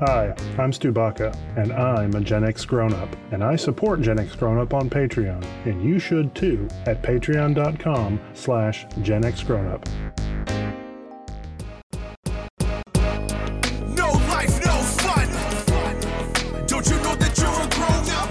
Hi, I'm Stu Baca, and I'm a Gen X grown up, and I support Gen X grown up on Patreon, and you should too at patreon.com slash Gen X grown up. No life, no fun. Don't you know that you're a grown up?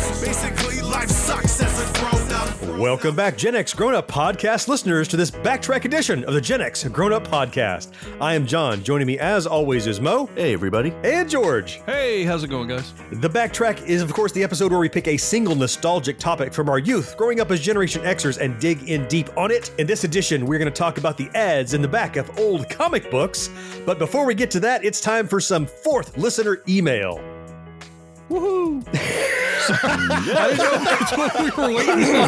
Basically, life sucks as a grown up. Welcome back, Gen X Grown Up podcast listeners, to this backtrack edition of the Gen X Grown Up podcast. I am John. Joining me, as always, is Mo Hey, everybody. and George. Hey, how's it going, guys? The backtrack is, of course, the episode where we pick a single nostalgic topic from our youth growing up as Generation Xers and dig in deep on it. In this edition, we're going to talk about the ads in the back of old comic books. But before we get to that, it's time for some fourth listener email. I know that's what we were waiting for.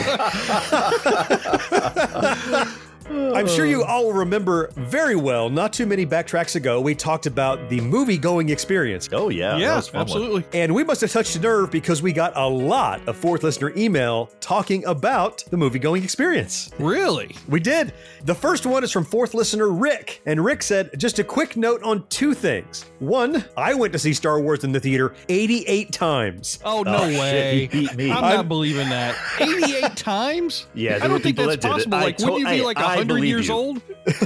I'm sure you all remember very well, not too many backtracks ago, we talked about the movie going experience. Oh, yeah. that yeah, was a fun one. absolutely. And we must have touched a nerve because we got a lot of fourth listener email talking about the movie going experience. Really? We did. The first one is from fourth listener Rick. And Rick said, just a quick note on two things. One, I went to see Star Wars in the theater 88 times. Oh no shit, way! he beat me. I'm, I'm- not believing that. Eighty-eight times? Yeah, there I were don't think people that's that did it. possible. I Like, to- wouldn't you be I- like I hundred believe years you. old?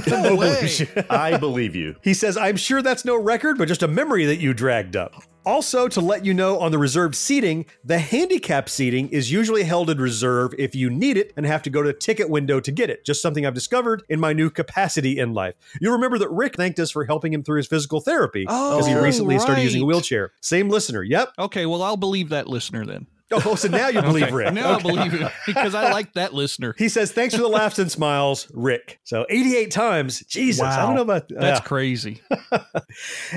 No way. I believe you. He says, I'm sure that's no record, but just a memory that you dragged up. Also, to let you know on the reserved seating, the handicap seating is usually held in reserve if you need it and have to go to the ticket window to get it. Just something I've discovered in my new capacity in life. You'll remember that Rick thanked us for helping him through his physical therapy because he Oh, recently started using a right. wheelchair. Same listener. Yep. Okay, well I'll believe that listener then. Oh, so now you believe Rick. Now I believe it because I like that listener. He says, thanks for the laughs and smiles, Rick. So 88 times. Jesus. I don't know about That's yeah. crazy.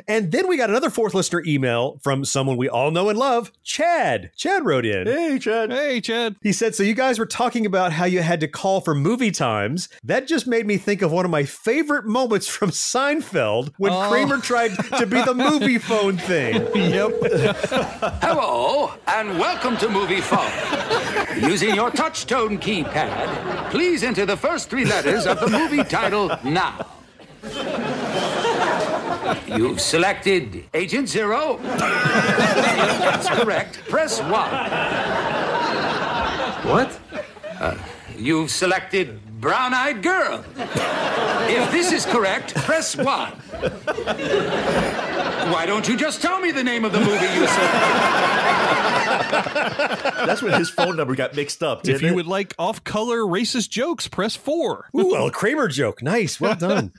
And then we got another fourth listener email from someone we all know and love, Chad. Chad wrote in. Hey, Chad. Hey, Chad. He said, So you guys were talking about how you had to call for movie times. That just made me think of one of my favorite moments from Seinfeld when Oh. Kramer tried to be the movie phone thing. Yep. Hello, and welcome to Movie Phone. Using your touchtone keypad, please enter the first three letters of the movie title now. You've selected Agent Zero. That's correct. Press one. What? Uh, You've selected Brown Eyed Girl. If this is correct, press one. Why don't you just tell me the name of the movie you selected? That's when his phone number got mixed up, didn't if you it? would like off-color racist jokes, press four. Ooh, a Kramer joke. Nice. Well done.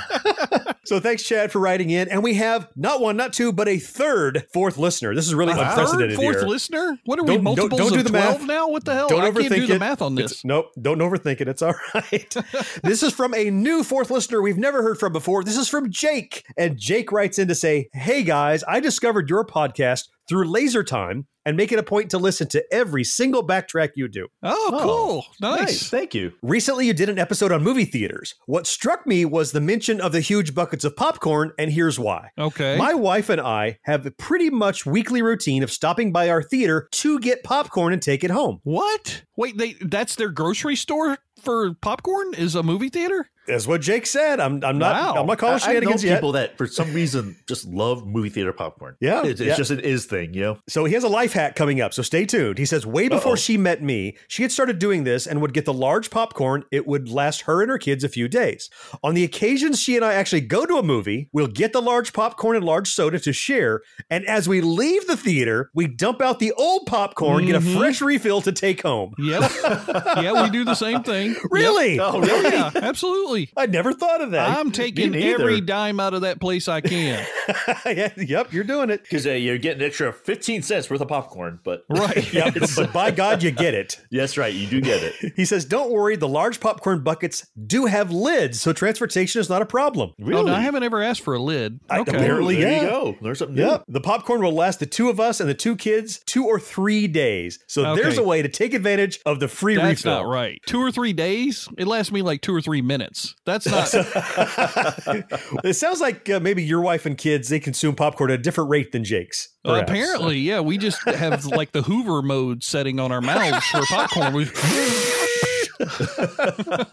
so thanks, Chad, for writing in. And we have not one, not two, but a third, fourth listener. This is really Third, unprecedented fourth here. listener? What are Don't- we don't- multiples don't do of the math. twelve now? What the hell? Don't Oh, I overthink can't do it. the math on It's- this. nope, don't overthink it. It's all right. this is from a new fourth listener we've never heard from before. This is from Jake. And Jake writes in to say, Hey guys, I discovered your podcast through Laser Time and make it a point to listen to every single backtrack you do. Oh, Oh, cool. nice. Nice. Thank you. Recently, you did an episode on movie theaters. What struck me was the mention of the huge buckets of popcorn, and here's why. Okay. My wife and I have a pretty much weekly routine of stopping by our theater to get popcorn and take it home. What? Wait, they that's their grocery store for popcorn is a movie theater? That's what Jake said. I'm, I'm not Wow. I'm not I, calling I know shenanigans yet. people that, for some reason, just love movie theater popcorn. Yeah, It's, it's yeah. just an is thing, you know? So he has a life hack coming up. So stay tuned. He says, way before Uh-oh. she met me, she had started doing this and would get the large popcorn. It would last her and her kids a few days. On the occasions she and I actually go to a movie, we'll get the large popcorn and large soda to share. And as we leave the theater, we dump out the old popcorn, get Mm-hmm. a fresh refill to take home. Yep. yeah, we do the same thing. Yep. Really? Oh, really? Yeah, absolutely. I never thought of that. I'm taking neither. every dime out of that place I can. Oh, Yeah, yep, you're doing it. Because uh, you're getting an extra 15 cents worth of popcorn, but. Right. Yeah, but by God, you get it. Yes, right. You do get it. He says, don't worry, the large popcorn buckets do have lids, so transportation is not a problem. Oh, no, I haven't ever asked for a lid. I- okay. apparently- Apparently, there yeah. you go. There's something Yep. The popcorn will last the two of us and the two kids two or three days. So Okay. there's a way to take advantage of the free That's refill. not right. Two or three days? It lasts me like two or three minutes. this. That's not. It sounds like uh, maybe your wife and kids they consume popcorn at a different rate than Jake's. perhaps. Uh, apparently, yeah. We just have like the Hoover mode setting on our mouths for popcorn. We,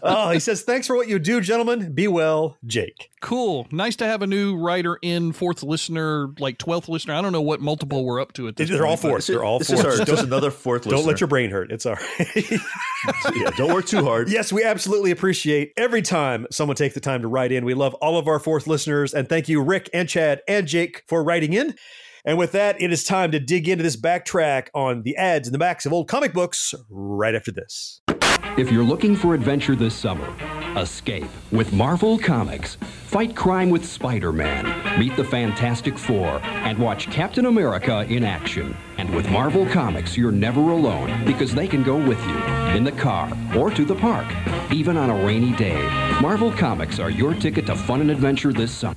Oh, he says, "Thanks for what you do, gentlemen. Be well, Jake." cool. Nice to have a new writer in, fourth listener, like 12th listener. I don't know what multiple we're up to at this They're point, all but- fours. They're all This fours. is our, Don't, just another fourth don't let your listener. brain hurt. It's all right. yeah, don't work too hard. yes, we absolutely appreciate every time someone takes the time to write in. We love all of our fourth listeners, and thank you, Rick and Chad and Jake, for writing in. And with that, it is time to dig into this backtrack on the ads and the backs of old comic books right after this. If you're looking for adventure this summer, escape with Marvel Comics, fight crime with Spider Man, meet the Fantastic Four, and watch Captain America in action. And with Marvel Comics, you're never alone because they can go with you in the car or to the park, even on a rainy day. Marvel Comics are your ticket to fun and adventure this summer.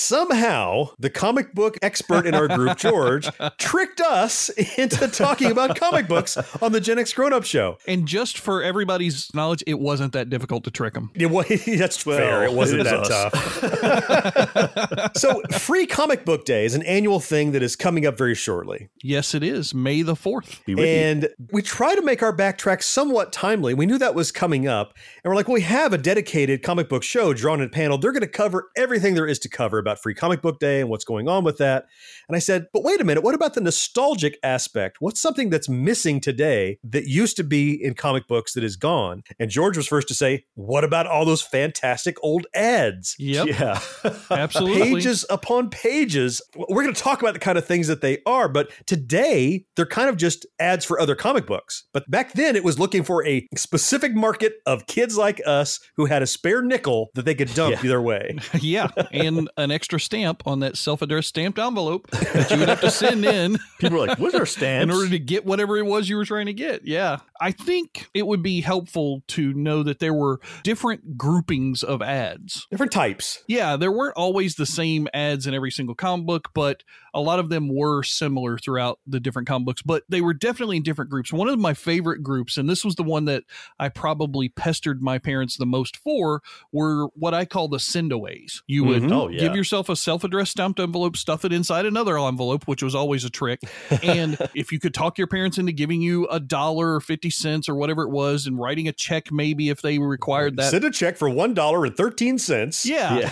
Somehow, the comic book expert in our group, George, tricked us into talking about comic books on the Gen X Grown Up Show. And just for everybody's knowledge, it wasn't that difficult to trick them. It was, that's fair. It wasn't it that is us. tough. so, Free Comic Book Day is an annual thing that is coming up very shortly. Yes, it is May the 4th. Be with you. And we try to make our backtrack somewhat timely. We knew that was coming up. And we're like, well, we have a dedicated comic book show drawn and panel. They're going to cover everything there is to cover about Free Comic Book Day and what's going on with that. And I said, but wait a minute, what about the nostalgic aspect? What's something that's missing today that used to be in comic books that is gone? And George was first to say, what about all those fantastic old ads? Yep, Yeah. absolutely. pages upon pages. We're going to talk about the kind of things that they are, but today they're kind of just ads for other comic books. But back then it was looking for a specific market of kids like us who had a spare nickel that they could dump either way. yeah, and an extra stamp on that self-addressed stamped envelope that you would have to send in People are like, what's our in stance? order to get whatever it was you were trying to get. Yeah, I think it would be helpful to know that there were different groupings of ads. Different types. Yeah, there weren't always the same ads in every single comic book, but a lot of them were similar throughout the different comic books, but they were definitely in different groups. One of my favorite groups, and this was the one that I probably pestered my parents the most for, were what I call the sendaways. You would Oh, yeah. give yourself a self-addressed stamped envelope, stuff it inside another envelope, which was always a trick. And if you could talk your parents into giving you a dollar or fifty cents or whatever it was, and writing a check maybe if they required that. Send a check for $1.13. yeah.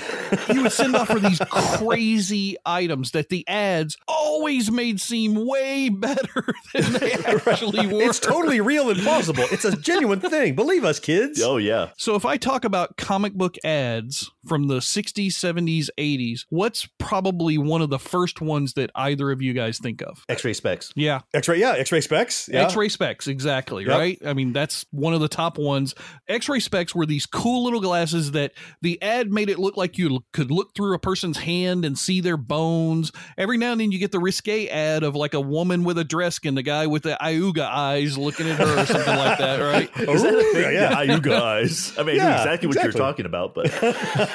you would send off for these crazy items that the ads always made seem way better than they actually were. It's totally real and plausible. It's a genuine thing. Believe us, kids. Oh, yeah. So if I talk about comic book ads from the 60s, 70s, 80s, what's probably one of the first ones that either of you guys think of? X ray specs. Yeah. X-ray, yeah, X-ray specs. Yeah. X-ray specs, exactly, Yep. right? I mean, that's one of the top ones. X-ray specs were these cool little glasses that the ad made it look like you l- could look through a person's hand and see their bones. Every now and then you get the risque ad of like a woman with a dress and the guy with the Iuga eyes looking at her or something like that, right? Is that a Ooh, thing? yeah. Yeah, you guys. I mean, I knew Yeah, exactly what exactly. you're talking about, but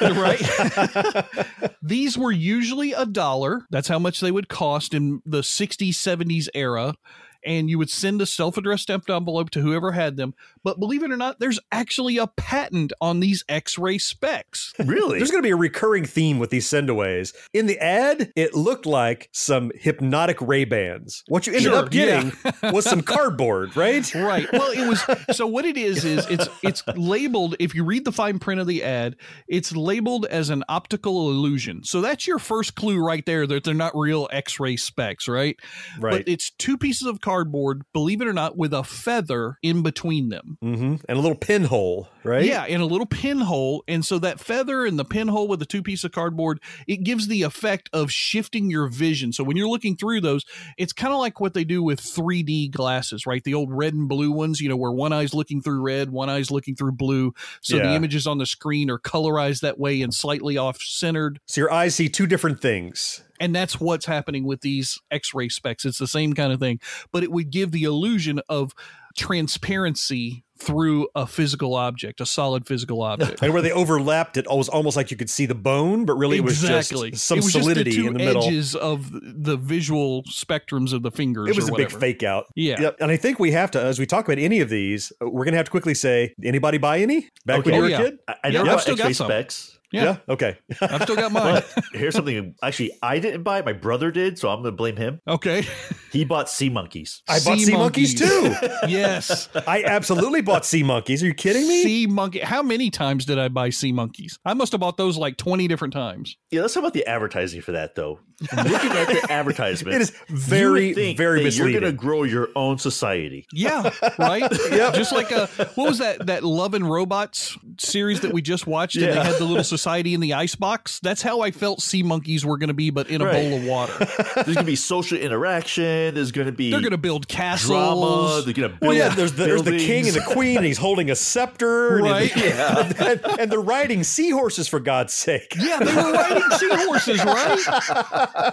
right? These were usually a dollar. That's how much they would cost in the 60s, 70s era. And you would send a self addressed stamped envelope to whoever had them. But believe it or not, there's actually a patent on these x ray specs. really, There's going to be a recurring theme with these sendaways. In the ad, it looked like some hypnotic Ray Bans. What you ended Sure, up getting was some cardboard, right? right well it was so what it is is it's it's labeled if you read the fine print of the ad it's labeled as an optical illusion so that's your first clue right there that they're not real x-ray specs right Right. but it's two pieces of cardboard believe it or not with a feather in between them Mm-hmm. And a little pinhole, right? yeah, in a little pinhole. And so that feather and the pinhole with the two piece of cardboard, it gives the effect of shifting your vision. So when you're looking through those, it's kind of like what they do with 3D glasses, right? The old red and blue ones, you know, where one eye's looking through red, one eye's looking through blue. So the Yeah. images on the screen are colorized that way and slightly off centered. So your eyes see two different things. And that's what's happening with these x ray specs. It's the same kind of thing, but it would give the illusion of transparency through a physical object, a solid physical object. And where they overlapped, it was almost like you could see the bone, but really it was exactly. just some it was solidity just the two in the middle. edges of the visual spectrums of the fingers. It was or a big whatever. fake out. Yeah. Yep. And I think we have to, as we talk about any of these, uh, we're going to have to quickly say, anybody buy any back Okay. when you were Oh, a yeah. kid? I, I Yeah, never I've bought still got X-ray some. specs. Yeah. Okay. I've still got mine. But here's something. Actually, I didn't buy. it, My brother did, so I'm going to blame him. okay. He bought sea monkeys. I bought sea monkeys too. yes. I absolutely bought sea monkeys. Are you kidding me? Sea monkey. How many times did I buy sea monkeys? I must have bought those like 20 different times. Yeah, let's talk about the advertising for that though. Looking at the advertisement, It is you would very, think very that You're going misleading. to grow your own society. Yeah, right. Yeah, just like uh what was that that Love and Robots series that we just watched? And they Yeah. had the little society in the icebox. That's how I felt sea monkeys were going to be, but in a Right. bowl of water. There's going to be social interaction. There's going to be They're going to build castles. drama. They're going to build. Well, yeah, there's the, there's the king and buildings. the queen, and he's holding a scepter, and- Right. And, and they're riding seahorses for God's sake. Yeah, they were riding seahorses, right?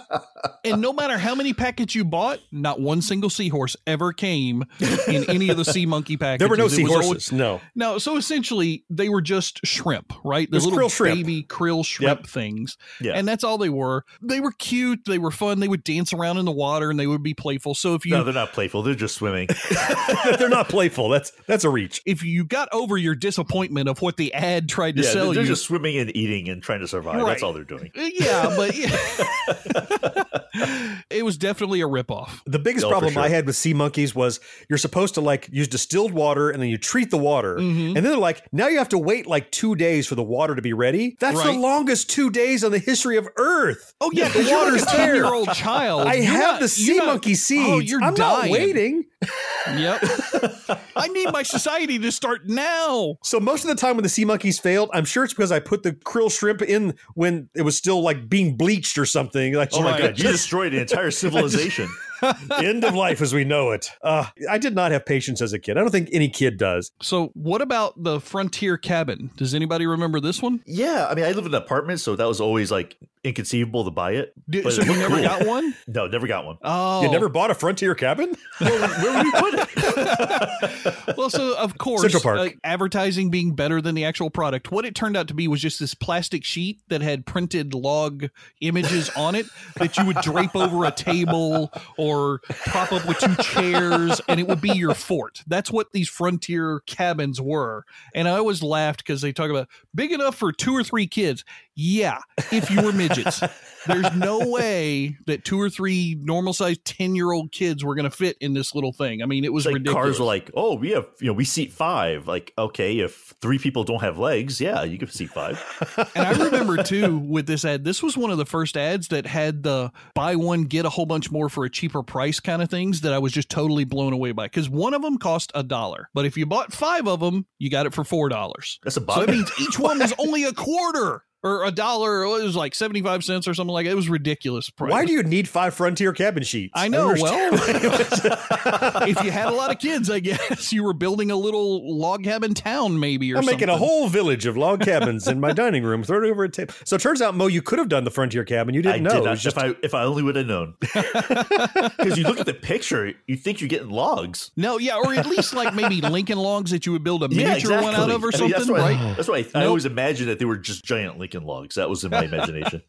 And no matter how many packets you bought, not one single seahorse ever came in any of the sea monkey packages. There were no It was always- seahorses. No, No, so essentially they were just shrimp, right? They're Just little krill shrimp. baby krill shrimp Yep. things. Yeah. And that's all they were. They were cute, they were fun, they would dance around in the water and they would be playful. So if you No, they're not playful. They're just swimming. they're not playful. That's that's a reach. if you got over your disappointment of what the ad tried to yeah, sell they're they're you, just swimming and eating and trying to survive. Right. That's all they're doing. yeah, but it was definitely a ripoff. The biggest No, for problem I sure. had with sea monkeys was you're supposed to like use distilled water and then you treat the water. And then they're like, now you have to wait like two days for the water to be ready. That's Right. the longest two days on the history of Earth. Oh yeah, the water's ten year there. old child. I You're have not- the you're sea not- monkey seeds. Oh, you're I'm not dying. waiting. Yep. I need my society to start now. So most of the time when the sea monkeys failed, I'm sure it's because I put the krill shrimp in when it was still like being bleached or something. Like, Oh my Right. god, you destroyed an entire civilization. end of life as we know it. Uh, I did not have patience as a kid. I don't think any kid does. So, what about the Frontier Cabin? Does anybody remember this one? yeah, I mean, I live in an apartment, so that was always like inconceivable to buy it. Did, but so it you looked never cool. got one? No, never got one. Oh, You never bought a frontier cabin? Where would you put it? well, so of course, Central Park. advertising being better than the actual product. What it turned out to be was just this plastic sheet that had printed log images on it that you would drape over a table or prop up with two chairs, and it would be your fort. That's what these frontier cabins were. And I always laughed because they talk about big enough for two or three kids. Yeah, if you were midgets. There's no way that two or three normal sized 10 year old kids were going to fit in this little thing. I mean, it was It's like ridiculous. cars were like, oh, we have, you know, we seat five. Like, okay, if three people don't have legs, yeah, you can seat five. And I remember too with this ad, this was one of the first ads that had the buy one, get a whole bunch more for a cheaper price kind of things that I was just totally blown away by. Because one of them cost a dollar, but if you bought five of them, you got it for four dollars. That's a So that bottom. means each one was only a quarter or a dollar. Or it was like 75 cents or something like that. It was ridiculous. Price. Why do you need five frontier cabin sheets? I know. understand. Well, if you had a lot of kids, I guess you were building a little log cabin town, maybe, or I'm making a something. whole village of log cabins in my dining room. Throw it over a table. So it turns out, Mo, you could have done the frontier cabin. You I didn't know. did It not. was just- if I if I only would have known, because you look at the picture, you think you're getting logs. No, yeah, or at least like maybe Lincoln logs that you would build a miniature one out of or I mean, something, that's what right? I, that's what I, I always imagined that they were just giant Lincoln logs. That was in my imagination.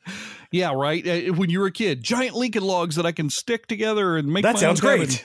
Yeah, right. Uh, When you were a kid, giant Lincoln logs that I can stick together and make. That my sounds own cabin. great.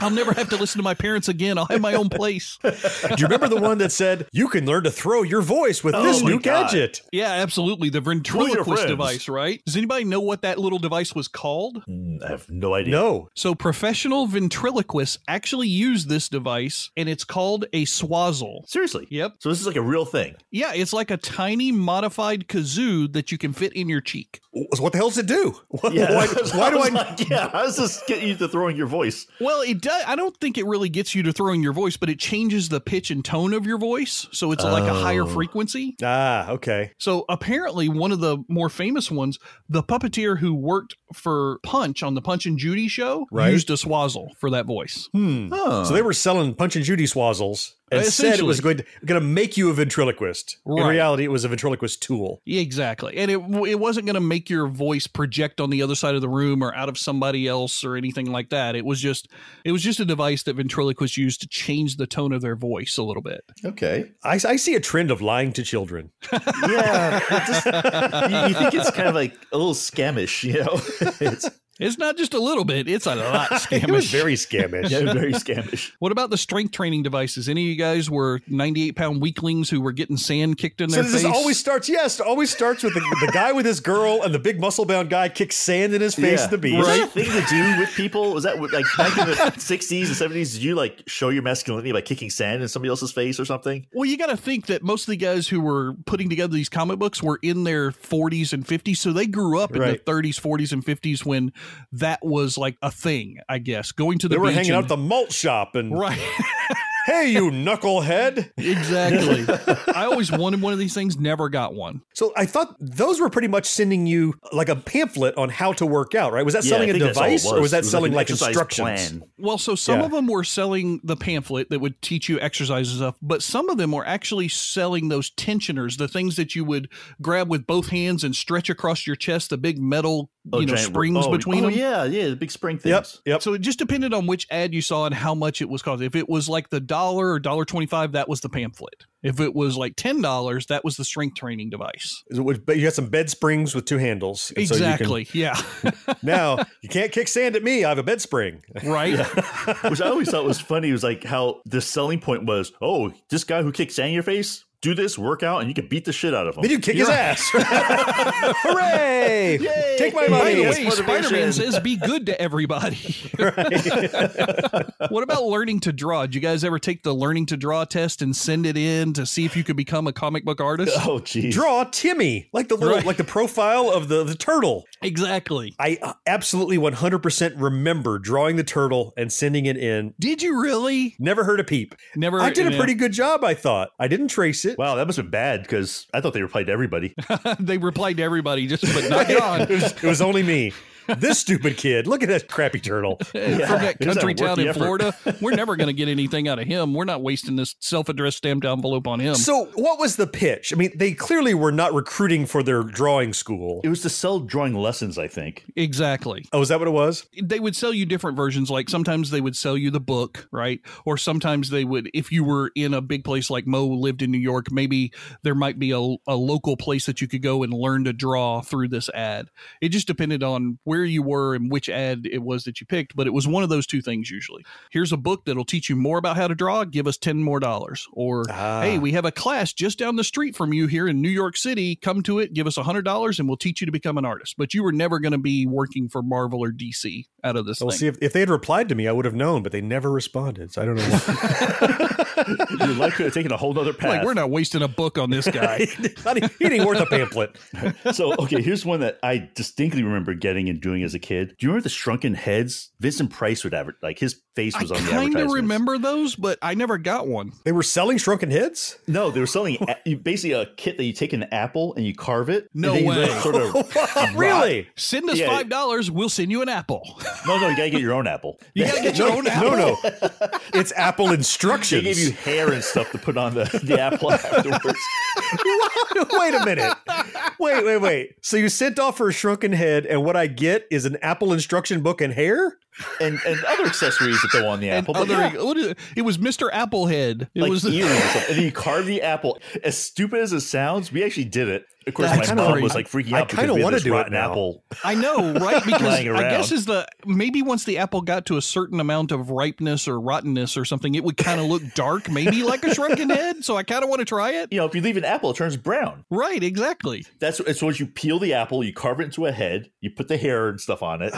I'll never have to listen to my parents again. I'll have my own place. Do you remember the one that said you can learn to throw your voice with Oh this my new God. gadget? Yeah, absolutely. The Who are ventriloquist your device, friends? right? Does anybody know what that little device was called? Mm, I have no idea. No, So professional ventriloquists actually use this device, and it's called a swazzle. seriously. Yep. So this is like a real thing. Yeah, it's like a tiny modified kazoo that you can fit in your cheek. So what the hell does it do? Why, why, I do I? was Like, yeah, I was just getting you to throwing your voice. Well, it does. I don't think it really gets you to throwing your voice, but it changes the pitch and tone of your voice, so it's like Oh. a higher frequency. ah, okay. So apparently, one of the more famous ones, the puppeteer who worked for Punch on the Punch and Judy show, Right. Hmm. used a swazzle for that voice. So they were selling Punch and Judy swazzles. and said it was Essentially. going to, going to make you a ventriloquist. In Right. reality, it was a ventriloquist tool. Yeah, exactly. And it it wasn't going to make your voice project on the other side of the room or out of somebody else or anything like that. It was just it was just a device that ventriloquists used to change the tone of their voice a little bit. Okay. I, I see a trend of lying to children. Yeah. it just- you, you think it's kind of like a little scamish, you know? it's It's not just a little bit; it's a lot It was scamish. very scamish. yeah, very scamish. what about the strength training devices? Any of you guys were ninety-eight pound weaklings who were getting sand kicked in So their this face? always starts, yes, always starts with the, the guy with his girl and the big muscle bound guy kicks sand in his face at the beach. Was that a thing to do with people? Was that what- like back in the sixties and seventies? Did you like show your masculinity by kicking sand in somebody else's face or something? Well, you got to think that most of the guys who were putting together these comic books were in their 40s and 50s, so they grew up in Right. the 30s, 40s, and 50s when that was like a thing. I guess going to the They were beach hanging out and- at the malt shop and, right, hey, you knucklehead. exactly. I always wanted one of these things, never got one. So I thought those were pretty much sending you like a pamphlet on how to work out, right? Was that Yeah, selling I a think that's all it device or was that It selling an like, exercise instructions? plan. Well, so some Yeah. of them were selling the pamphlet that would teach you exercise and stuff, but some of them were actually selling those tensioners, the things that you would grab with both hands and stretch across your chest, the big metal, Oh, you know, giant- springs oh, between oh, them. Yeah, yeah, the big spring things. Yep. Yep. So it just depended on which ad you saw and how much it was costing. If it was like the dollar or dollar twenty five, that was the pamphlet. If it was like ten dollars, that was the strength training device. It was- But you had some bed springs with two handles. and so you can- Exactly. yeah. now you can't kick sand at me. I have a bed spring. Oh, right. Which I always thought was funny was like how the selling point was, oh, this guy who kicks sand in your face, do this workout and you can beat the shit out of him. Then you kick his ass. Hooray! Take my By money. the Yes, way, motivation. Spider Man says be good to everybody. what about learning to draw? Did you guys ever take the learning to draw test and send it in to see if you could become a comic book artist? Oh, geez. Draw Timmy, like the little, Right. like the profile of the, the turtle. exactly. I uh, absolutely 100% remember drawing the turtle and sending it in. Did you really? Never heard a peep. Never. I did a yeah. pretty good job, I thought. I didn't trace it. Wow, that must have been bad because I thought they replied to everybody. they replied to everybody, just but not John. it, was, it was only me. This stupid kid. Look at that crappy turtle. from that it was country a town worthy in effort. Florida. We're never going to get anything out of him. We're not wasting this self-addressed stamped envelope on him. So, what was the pitch? I mean, they clearly were not recruiting for their drawing school. It was to sell drawing lessons, I think. exactly. Oh, is that what it was? They would sell you different versions. Like sometimes they would sell you the book, right? Or sometimes they would, if you were in a big place like Mo lived in New York, maybe there might be a, a local place that you could go and learn to draw through this ad. It just depended on where you were and which ad it was that you picked, but it was one of those two things usually. Here's a book that'll teach you more about how to draw. Give us 10 more dollars. Or, Ah. hey, we have a class just down the street from you here in New York City. Come to it, give us $100, and we'll teach you to become an artist. But you were never going to be working for Marvel or DC out of this Well, thing. see, if, if they had replied to me, I would have known, but they never responded. So, I don't know why. Your life could have taken a whole other path. like, we're not wasting a book on this guy. Not e- he ain't worth a pamphlet. so okay, here's one that I distinctly remember getting and doing as a kid. Do you remember the Shrunken Heads? Vincent Price would advert like his face I was on the kind of advertisement. remember those, but I never got one. They were selling shrunken heads? No, they were selling a- you basically a kit that you take an apple and you carve it. and No then you let it way. Sort of, really? Send us Yeah. $5, we'll send you an apple. no, no, you gotta get your own apple. You got to get your own apple. No, no. It's Apple They gave you instructions. hair and stuff to put on the, the apple afterwards. wait a minute. Wait, wait, wait. So you sent off for a shrunken head, and what I get is an Apple instruction book and hair? And and other accessories that go on the and apple. but other, yeah. what is it? it was Mr. Applehead. It like was earrings or something. And then you carve the apple. As stupid as it sounds, we actually did it. Of course, That's my mom crazy. was like freaking I out because kinda we had wanna this do it rotten now. apple. I know, right? Because Lying I guess around. is the maybe once the apple got to a certain amount of ripeness or rottenness or something, it would kind of look dark, maybe like a shrunken head. So I kind of want to try it. You know, if you leave an apple, it turns brown. Right, exactly. That's it's once you peel the apple, you carve it into a head, you put the hair and stuff on it,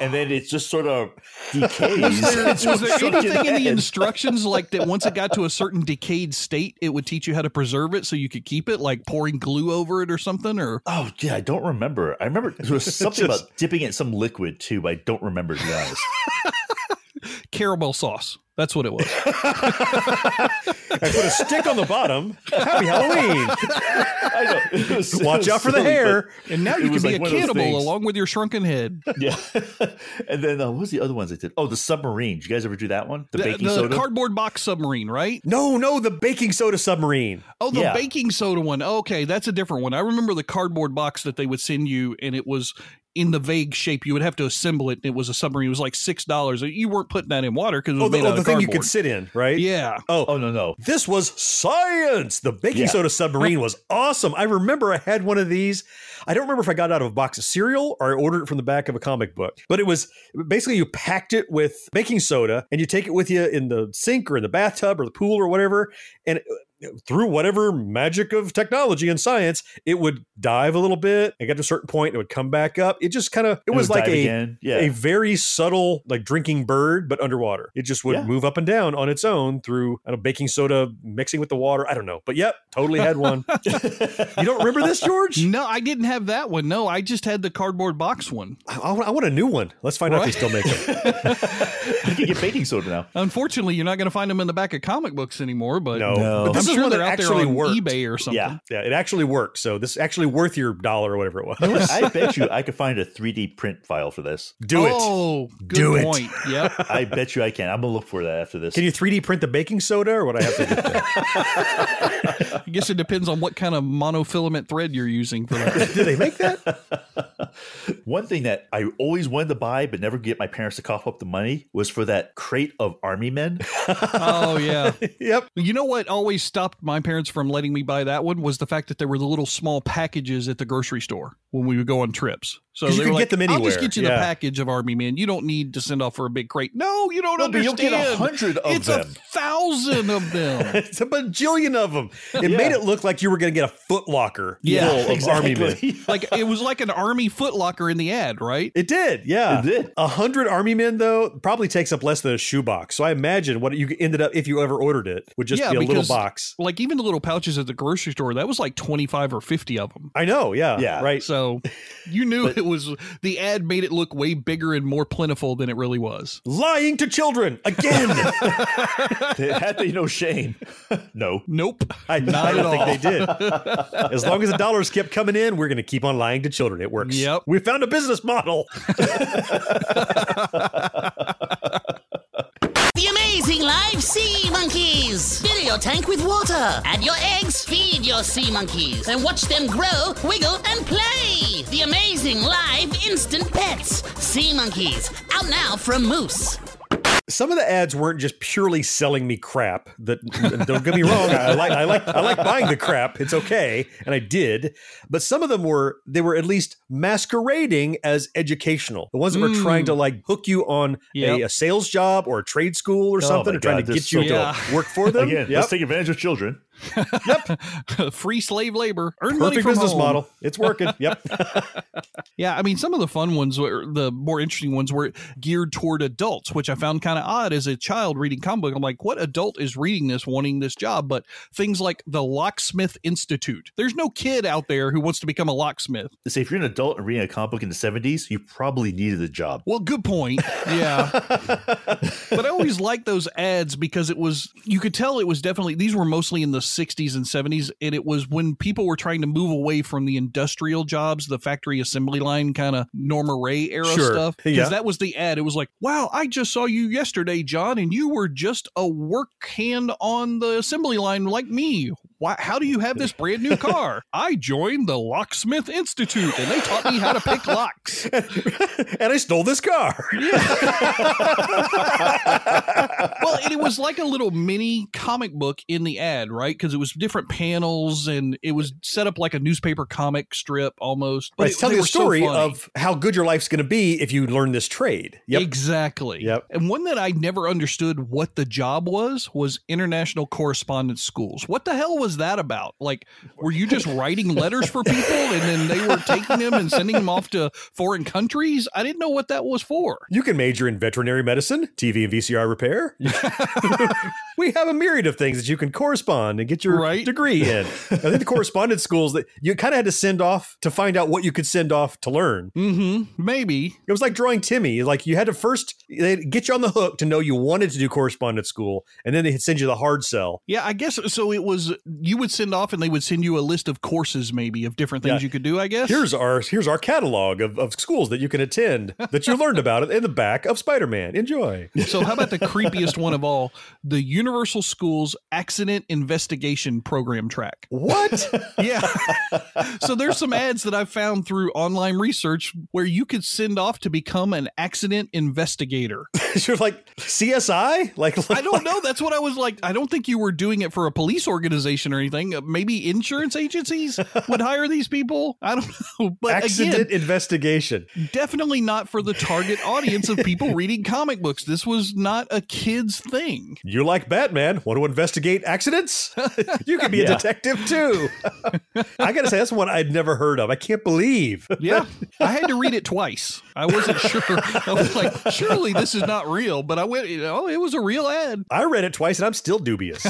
and then it just sort of decays. into Was a there shrunken anything in the head. instructions like that once it got to a certain decayed state, it would teach you how to preserve it so you could keep it, like pouring glue over it or something? Or Oh yeah, I don't remember. I remember there was something about dipping it in some liquid too, but I don't remember to be honest. caramel sauce. That's what it was. I put a stick on the bottom. Happy Halloween. I know. It was- it Watch was out for the silly, hair. And now It you can was be like a one of those cannibal things. along with your shrunken head. but- Yeah. and then uh, what was the other ones I did? Oh, the submarine. Did you guys ever do that one? The, The, baking the soda. cardboard box submarine, right? No, no, the baking soda submarine. Oh, the Yeah. baking soda one. Oh, Okay, that's a different one. I remember the cardboard box that they would send you, and it was in the vague shape. You would have to assemble it. and It was a submarine. It was like six dollars. You weren't putting that in water because it was Oh, the, made oh, out the of thing cardboard. you could sit in, right? yeah. Oh, Oh no no. this was science. The baking Yeah. soda submarine was awesome. I remember I had one of these. I don't remember if I got it out of a box of cereal or I ordered it from the back of a comic book. But it was basically you packed it with baking soda and you take it with you in the sink or in the bathtub or the pool or whatever. And through whatever magic of technology and science, it would dive a little bit. It got to a certain point, it would come back up. It just kind of it, It was would like dive a again. Yeah. a very subtle like drinking bird but underwater it just would Yeah. move up and down on its own through I don't know, baking soda mixing with the water i don't know but yep totally had one you don't remember this george No, I didn't have that one. No, I just had the cardboard box one. i, I want, I want a new one let's find out if they still make them you can get baking soda now. Unfortunately, you're not going to find them in the back of comic books anymore. But no. No. but this I'm is sure one they're that out actually there on worked eBay or something. Yeah. yeah it actually worked so this is actually worth your dollar or whatever it was I bet you I could find a 3D print file for this. do it Oh, good Do it. point. Yep. I bet you I can. I'm gonna look for that after this. can you 3d print the baking soda or what i have to do I guess it depends on what kind of monofilament thread you're using for that. do they make that One thing that I always wanted to buy but never get my parents to cough up the money was for that crate of army men. oh yeah. yep You know what always stopped my parents from letting me buy that one was the fact that there were the little small packages at the grocery store when we would go on trips. So 'Cause you they were could get like, them I'll just anywhere." get you Yeah. the package of Army Men. You don't need to send off for a big crate. No, you don't No, but you'll understand. get a hundred of it's them. a thousand of them. it's a bajillion of them it made it look like you were going to get a foot locker Yeah, full of army men like it was like an Army footlocker in the ad, right? It did, yeah. It did. A hundred army men though probably takes up less than a shoebox. So I imagine what you ended up if you ever ordered it would just Yeah, be a little because- box. Like even the little pouches at the grocery store, that was like 25 or 50 of them. I know, yeah, Yeah. right. So you knew it was the ad made it look way bigger and more plentiful than it really was. Lying to children again. They had they no shame. no. Nope. I, Not I at don't all. think they did. As long as the dollars kept coming in, we're going to keep on lying to children. It works. Yep. We found a business model. The amazing live sea monkeys! Fill your tank with water. Add your eggs, feed your sea monkeys, and watch them grow, wiggle, and play! The amazing live instant pets! Sea monkeys, out now from Moose. Some of the ads weren't just purely selling me crap. That don't get me wrong, I like I like I like buying the crap. It's okay, and I did. But some of them were they were at least masquerading as educational. The ones that were trying to like hook you on a, Yep. a sales job or a trade school or my something, or trying God, to this get you is so to dumb. work for them. Again, Yep. let's take advantage of children. free slave labor. Earn money Perfect from business home. model. It's working. Yep. Yeah, I mean, some of the fun ones were the more interesting ones were geared toward adults, which I found kind of odd as a child reading comic book. I'm like, what adult is reading this, wanting this job? But things like the Locksmith Institute. There's no kid out there who wants to become a locksmith. Say if you're an adult and reading a comic book in the 70s, you probably needed a job. Well, good point. Yeah. but I always liked those ads because it was, you could tell it was definitely, these were mostly in the 60s and 70s. And it was when people were trying to move away from the industrial jobs, the factory assembly line kind of Norma Ray era Sure. stuff. Because Yeah. that was the ad. It was like, wow, I just saw you yesterday, John, and you were just a work hand on the assembly line like me. Why, how do you have this brand new car? I joined the Locksmith Institute and they taught me how to pick locks. and I stole this car. well, and it was like a little mini comic book in the ad, right? Because it was different panels and it was set up like a newspaper comic strip almost. Right, But it's it- telling they you a were so story funny. of how good your life's going to be if you learn this trade. Yep. Exactly. Yep. And one that I never understood what the job was was international correspondence schools. What the hell was is that about? Like, were you just writing letters for people and then they were taking them and sending them off to foreign countries? I didn't know what that was for. You can major in veterinary medicine, TV and VCR repair. we have a myriad of things that you can correspond and get your Right. degree in. I think the correspondence schools that you kind of had to send off to find out what you could send off to learn. Mm-hmm. Maybe. It was like drawing Timmy. Like you had to first they'd get you on the hook to know you wanted to do correspondence school, and then they'd send you the hard sell. Yeah, I guess so. It was you would send off, and they would send you a list of courses, maybe of different things Yeah. you could do. I guess Here's our here's our catalog of, of schools that you can attend that you learned about it in the back of Spider-Man. Enjoy. So how about the creepiest one of all, the Universal Schools Accident Investigation Program track? What? Yeah. so there's some ads that I found through online research where you could send off to become an accident investigator. You're like CSI? Like I don't know. That's what I was like. I don't think you were doing it for a police organization or anything. Uh, Maybe insurance agencies would hire these people. I don't know. But accident again, investigation. definitely not for the target audience of people reading comic books. This was not a kid's thing. You like Batman? Want to investigate accidents? you could be a Yeah. detective too. I gotta say that's one I'd never heard of. I can't believe. Yeah. I had to read it twice. I wasn't sure. I was like, surely this is not real. But I went, oh, it was a real ad. I read it twice and I'm still dubious.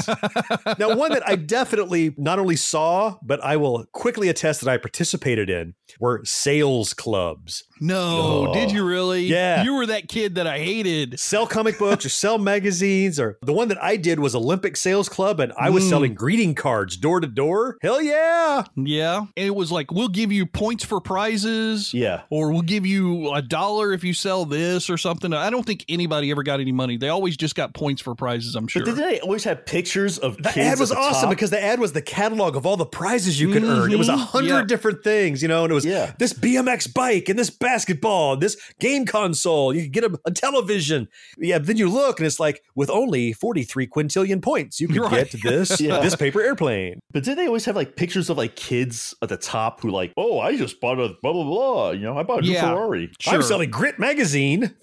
now, one that I definitely not only saw, but I will quickly attest that I participated in were sales clubs. No, Oh. did you really? Yeah. You were that kid that I hated. Sell comic books or sell magazines, or the one that I did was Olympic Sales Club, and I was Mm. selling greeting cards door to door. Hell yeah. Yeah. And it was like, we'll give you points for prizes. Yeah. Or we'll give you a dollar if you sell this or something. I don't think anybody ever got any money. They always just got points for prizes, I'm sure. But didn't they always have pictures of The kids? ad at was the awesome top? Mm-hmm. because the ad was the catalog of all the prizes you could earn. It was a hundred Yeah. different things, you know, and it was Yeah. this BMX bike and this basketball, this game console. You could get a, a television. Yeah, but then you look and it's like with only forty three quintillion points, you could Right. get this Yeah. this paper airplane. But didn't they always have like pictures of like kids at the top who like, oh, I just bought a blah blah blah. You know, I bought a new Yeah. Ferrari. I'm selling Grit magazine.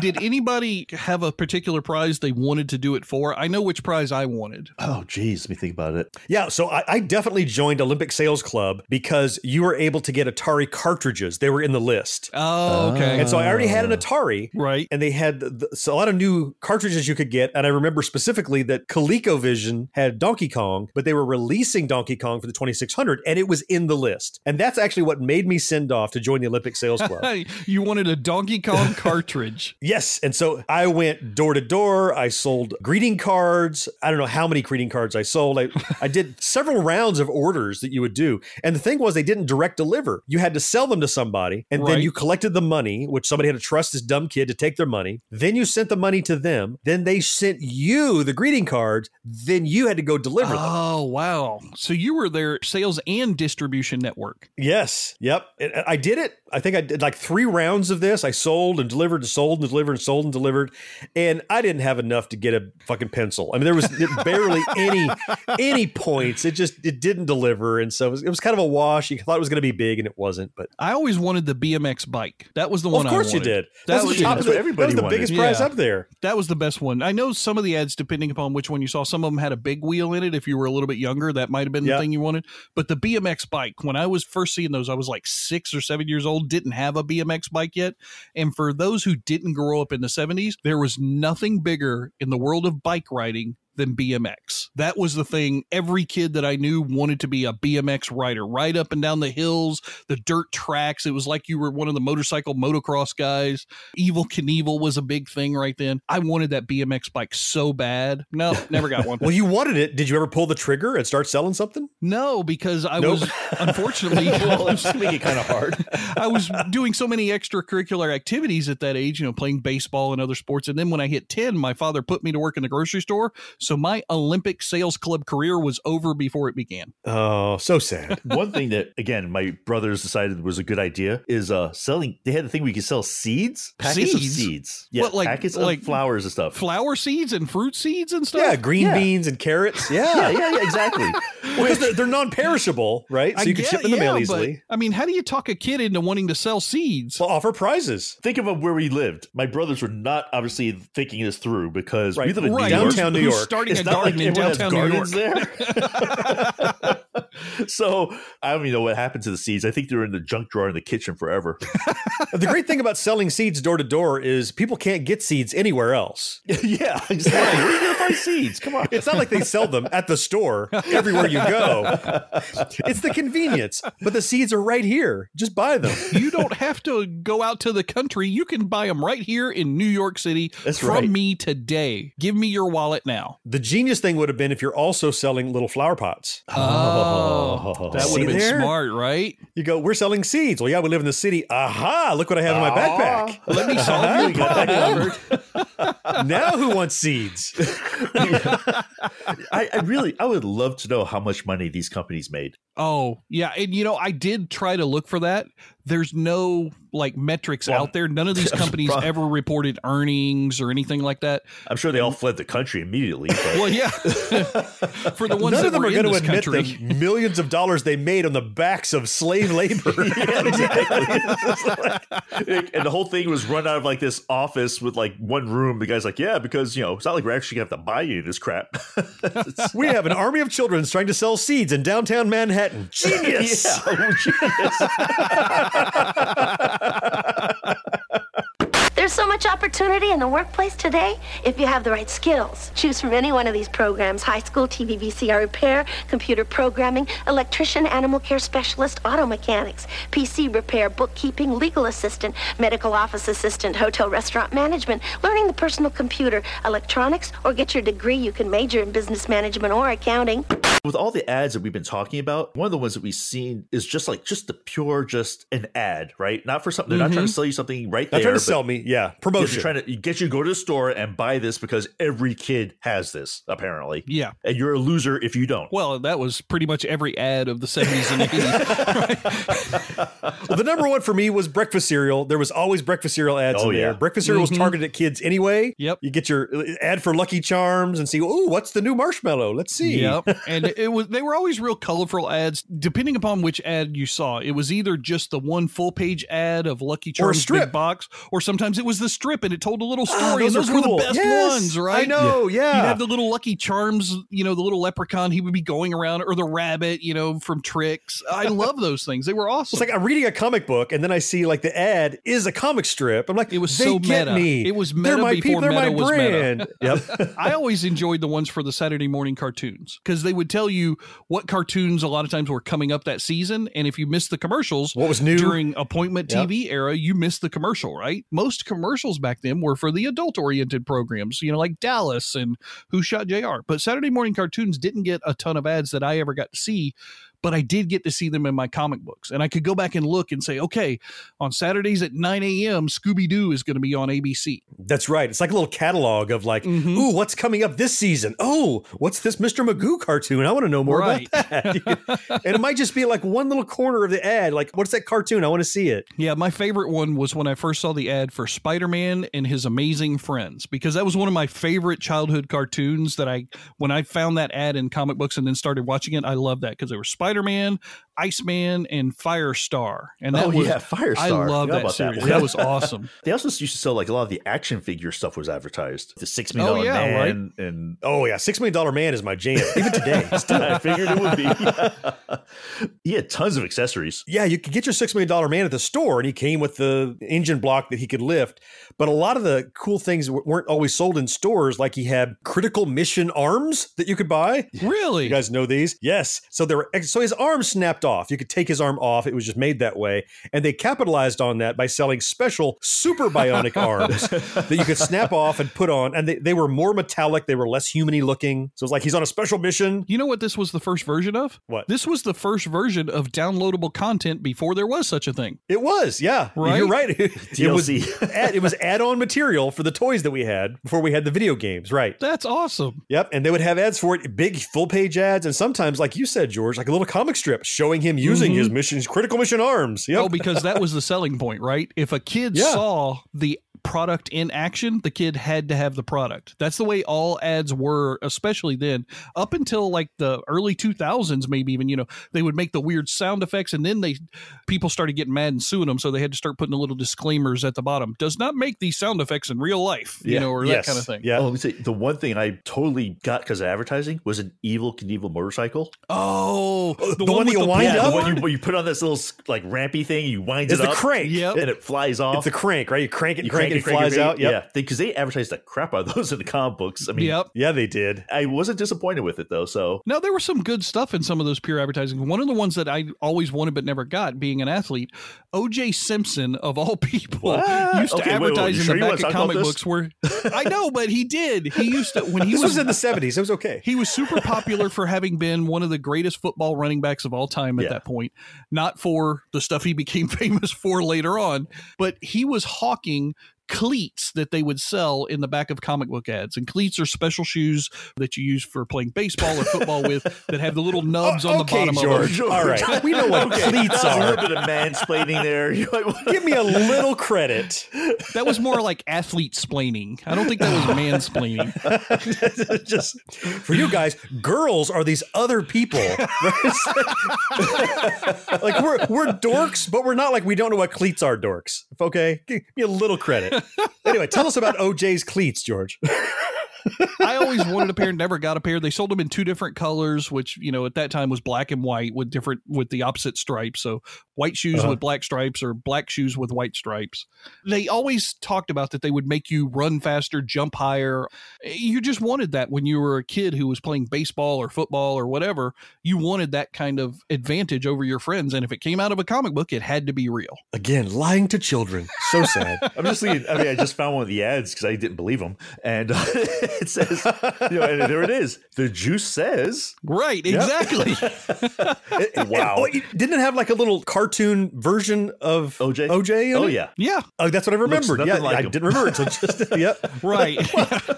Did anybody have a particular prize they wanted to do it for? I know which prize I wanted. Oh, geez, let me think about it. Yeah, so I, I definitely joined Olympic Sales Club because you were able to get Atari cartridges. They were in the list. Oh, okay. And so I already had an Atari. right. and they had th so a lot of new cartridges you could get. And I remember specifically that ColecoVision had Donkey Kong, but they were releasing Donkey Kong for the 2600, and it was in the list. And that's actually what made me send off to join the Olympic Sales Club. Hey, you wanted a Donkey Kong cartridge. yes, and so I went door to door. I sold greeting cards. I don't know how many greeting cards I sold. I, I did several rounds of orders that you would do. And the thing was, they didn't direct deliver. You had to sell them to somebody, and then Right. you collected the money, which somebody had to trust this dumb kid to take their money. Then you sent the money to them. Then they sent you the greeting cards. Then you had to go deliver them. Oh, wow. So you were their sales and distribution network. Yes. Yep. And- and I did it. I think I did like three rounds of this. I sold and delivered and sold and delivered and sold and delivered. And I didn't have enough to get a fucking pencil. I mean, there was barely any any points. It just it didn't deliver. And so it was, it was kind of a wash. You thought it was going to be big and it wasn't, but I always wanted the BMX bike. That was the one of I course you wanted. did. That That, was was- the top that's of the, what that everybody was the wanted. biggest prize Yeah. up there. That was the best one. I know some of the ads, depending upon which one you saw, some of them had a big wheel in it. If you were a little bit younger, that might have been Yeah. the thing you wanted. But the BMX bike, when I was first seeing those, I was like six or seven years old, didn't have a BMX bike yet. And for those who didn't grow up in the 70s, there was nothing bigger in the world of bike riding than BMX. That was the thing every kid that I knew wanted to be a BMX rider, ride up and down the hills, the dirt tracks. It was like you were one of the motorcycle motocross guys. Evil Knievel was a big thing right then. I wanted that BMX bike so bad. No, never got one. Well, you wanted it. Did you ever pull the trigger and start selling something? No, because I Nope. was unfortunately Well, that's making it kind of hard. I was doing so many extracurricular activities at that age, you know, playing baseball and other sports. And then when I hit 10, my father put me to work in the grocery store. So my Olympic sales club career was over before it began. Oh, so sad. One thing that again my brothers decided was a good idea is uh selling. They had the thing we could sell seeds, packets of Seeds? seeds, yeah, What, like- packets like of flowers and stuff. Flower seeds and fruit seeds and stuff. yeah, green Yeah. beans and carrots. yeah, Yeah. yeah, yeah, exactly. Because they're, they're non-perishable, right? So you can get- ship in the mail yeah, easily. But, I mean, how do you talk a kid into wanting to sell seeds? Well, offer prizes. Think uh, of where we lived. My brothers were not obviously thinking this through because we Right. live in Right. New York. Downtown New Who York. starting It's a not like garden in everyone has downtown New York. gardens there. so I don't even know what happened to the seeds. I think they're in the junk drawer in the kitchen forever. The great thing about selling seeds door to door is people can't get seeds anywhere else. yeah, exactly. Where are you gonna find seeds? Come on. It's not like they sell them at the store everywhere you go. It's the convenience, but the seeds are right here. Just buy them. You don't have to go out to the country. You can buy them right here in New York City That's from right. me today. Give me your wallet now. The genius thing would have been if you're also selling little flower pots. Oh, that See would have been there? smart, right? You go, we're selling seeds. Well, yeah, we live in the city. Aha, look what I have in my backpack. Uh-huh. Let me solve Uh-huh. your problem. Now who wants seeds? I, I really, I would love to know how much money these companies made. Oh, yeah. And you know, I did try to look for that. There's no like metrics Well, out there. None of these companies probably- ever reported earnings or anything like that. I'm sure they all fled the country immediately. But Well, yeah. for the ones None that of them were are in going to admit this country. the millions of dollars they made on the backs of slave labor. and the whole thing was run out of like this office with like one room. The guy's like, "Yeah, because you know, it's not like we're actually gonna have to buy you this crap." We have an army of children trying to sell seeds in downtown Manhattan. Genius. Yeah. There's so much opportunity in the workplace today if you have the right skills. Choose from any one of these programs high school, TV, VCR repair, computer programming, electrician, animal care specialist, auto mechanics, PC repair, bookkeeping, legal assistant, medical office assistant, hotel restaurant management, learning the personal computer, electronics, or get your degree. You can major in business management or accounting. With all the ads that we've been talking about, one of the ones that we've seen is just like just the pure, just an ad, right? Not for something. They're not trying to sell you something right Mm-hmm. Not there. trying to but sell me. Yeah, They're promotion. trying to get you to go to the store and buy this because every kid has this apparently. Yeah. and you're a loser if you don't. Well, that was pretty much every ad of the 70s and 80s. the number one for me was breakfast cereal. There was always breakfast cereal ads Oh, in there. yeah. Breakfast cereal was targeted at kids anyway. Mm-hmm. Yep. You get your uh, ad for Lucky Charms and see, oh, what's the new marshmallow? Let's see. Yep. And it was they were always real colorful ads. Depending upon which ad you saw, it was either just the one full page ad of Lucky Or a Charms strip. Ah, big box, or sometimes it was the strip and it told a little story. those and are those were cool. the best Yes, ones, I right? know, yeah. You'd have the little Lucky Charms, you know, the little leprechaun he would be going around, or the rabbit, you know, from tricks. I love those things. They were It's awesome. like I'm reading a comic book and then I see like the ad is a comic strip. I'm like, It was they so get meta. me. It was they're meta my before people, they're my meta was meta. brand. yep. I always enjoyed the ones for the Saturday morning cartoons because they would tell you what cartoons a lot of times were coming up that season, and if you missed the commercials, What was new? during appointment TV era, you missed the commercial, right? Most commercials back then were for the adult oriented programs, you know, like Dallas and Who Shot Jr. But Saturday morning cartoons didn't get a ton of ads that I ever got to see. But I did get to see them in my comic books. And I could go back and look and say, okay, on Saturdays at 9 a.m., Scooby Doo is going to be on ABC. That's right. It's like a little catalog of like, ooh, what's coming up this season? Oh, what's this Mr. Magoo cartoon? I want to know more Right. about that. and it might just be like one little corner of the ad. Like, what's that cartoon? I want to see it. Yeah, my favorite one was when I first saw the ad for Spider Man and his amazing friends, because that was one of my favorite childhood cartoons that I, when I found that ad in comic books and then started watching it, I loved that because there was Spider Man, Iceman, and Firestar. And that Oh, was, yeah, Firestar. I Forgot love that about that series. one. That, was awesome. They also used to sell like a lot of the action figure stuff was advertised. The six million Oh, dollar yeah, man and Oh, yeah. Six Million Dollar Man is my jam. Even today. I figured it would be. he had tons of accessories. yeah, you could get your six million dollar man at the store, and he came with the engine block that he could lift. But a lot of the cool things w- weren't always sold in stores. Like he had critical mission arms that you could buy. Really? You guys know these? Yes. So there were ex- so his arm snapped off. You could take his arm off. It was just made that way. And they capitalized on that by selling special super bionic arms that you could snap off and put on. And they, they were more metallic, they were less humany looking. So it's like he's on a special mission. You know what this was the first version of? What? This was the first version of downloadable content before there was such a thing. It was, yeah. Right? You're right. It was DLC. add, it was add-on material for the toys that we had before we had the video games, right? That's awesome. Yep, and they would have ads for it, big full-page ads, and sometimes, like you said, George, like a little comic strip showing him using his missions, critical mission arms. Yep. Oh, because that was the selling point, right? If a kid Yeah. saw the product in action, the kid had to have the product. That's the way all ads were, especially then. Up until like the early 2000s, maybe even, you know, they would make the weird sound effects and then they people started getting mad and suing them. So they had to start putting the little disclaimers at the bottom. Does not make these sound effects in real life, you know, or that Yes. kind of thing. Yeah. Oh, let me say the one thing I totally got because of advertising was an evil Knievel motorcycle. Oh, Uh, the one that with you wind blue up the board? one you, you put on this little like rampy thing, you wind It's it the up, crank. Yep. and it flies off. It's the crank, right? You crank it, and You crank, it, flies crank out. Yep. Yeah, because they advertised the crap out of those in the comic books. I mean, Yep. Yeah, they did. I wasn't disappointed with it though. So No, there was some good stuff in some of those pure advertising. One of the ones that I always wanted but never got, being an athlete, O.J. Simpson of all people What? used to Okay, wait, wait, advertise you in sure the you wanna back of talk about comic this? books where I know, but he did. He used to when he This was, was in the 70s. It was okay. he was super popular for having been one of the greatest football running backs of all time at Yeah. that point. Not for the stuff he became famous for later on, but he was hawking cleats that they would sell in the back of comic book ads. And cleats are special shoes that you use for playing baseball or football with that have the little nubs on the okay, bottom of George. them. All right. We know what cleats There's a are. little bit of mansplaining there. You're like, what? Give me a little credit. That was more like athlete splaining. I don't think that was mansplaining. Just for you guys, girls are these other people. right? like we're we're dorks, but we're not like we don't know what cleats are dorks. Okay. Give me a little credit. Anyway, tell us about OJ's cleats, George. I always wanted a pair, never got a pair. They sold them in two different colors, which you know at that time was black and white with different with the opposite stripes. So white shoes Uh-huh. with black stripes or black shoes with white stripes. They always talked about that they would make you run faster, jump higher. You just wanted that when you were a kid who was playing baseball or football or whatever. You wanted that kind of advantage over your friends, and if it came out of a comic book, it had to be real. Again, lying to children. So sad. I'm just thinking. I mean, I just found one of the ads because I didn't believe them, and uh, it says, you know, and there it is. The juice says, Right? Exactly. "Wow, Oh, it- didn't it have like a little cartoon version of OJ, OJ? in oh it? yeah, yeah. Oh, that's what I remembered. nothing Yeah, like I him. didn't remember it. So just yep. Right.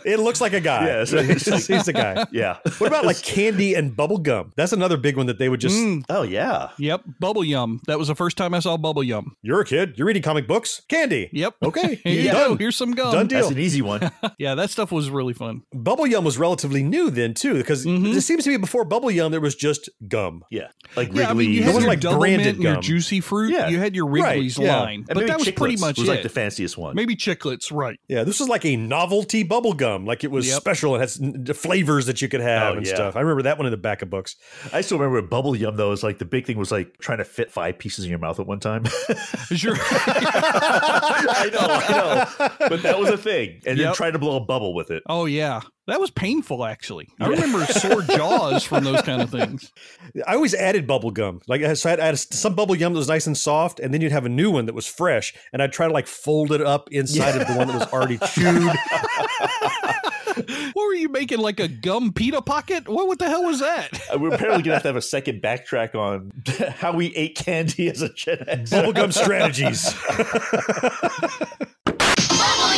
It looks like a guy. Yeah, so it's like- he's the guy. yeah, What about like candy and bubble gum? That's another big one that they would just. Mm, oh yeah." yep. Bubble yum. That was the first time I saw bubble yum. You're a kid. You're reading comic books. Candy. Yep. Okay. Here you Done. go. Here's some gum. Done deal. That's an easy one. Yeah, that stuff was really fun. Bubble yum was relatively new then too, because Mm-hmm. it seems to be before bubble yum there was just gum. Yeah, like Wrigley's. Yeah, I mean, you There had was your like double branded mint and your gum. juicy fruit. Yeah. You had your Right, Wrigley's yeah. line, And but maybe that was pretty Chiclets much was it. like the fanciest one. Maybe chiclets, right? Yeah, this was like a novelty bubble gum. Like it was Yep. special. It has n- flavors that you could have Oh, and yeah. stuff. I remember that one in the back of books. I still remember with bubble yum though. Is like the big thing was like trying to fit five pieces in your mouth at one time. Sure. I know, I know, but that was a thing. And then Yep. trying to blow a bubble with it. oh yeah, that was painful. Actually, I remember sore jaws from those kind of things. I always added bubble gum. Like I so I'd add some bubble gum that was nice and soft, and then you'd have a new one that was fresh, and I'd try to like fold it up inside of the one that was already chewed. What were you making? Like a gum pita pocket? What? What the hell was that? Uh, We're apparently gonna have to have a second backtrack on how we ate candy as a Gen X. Bubble gum strategies. Bubble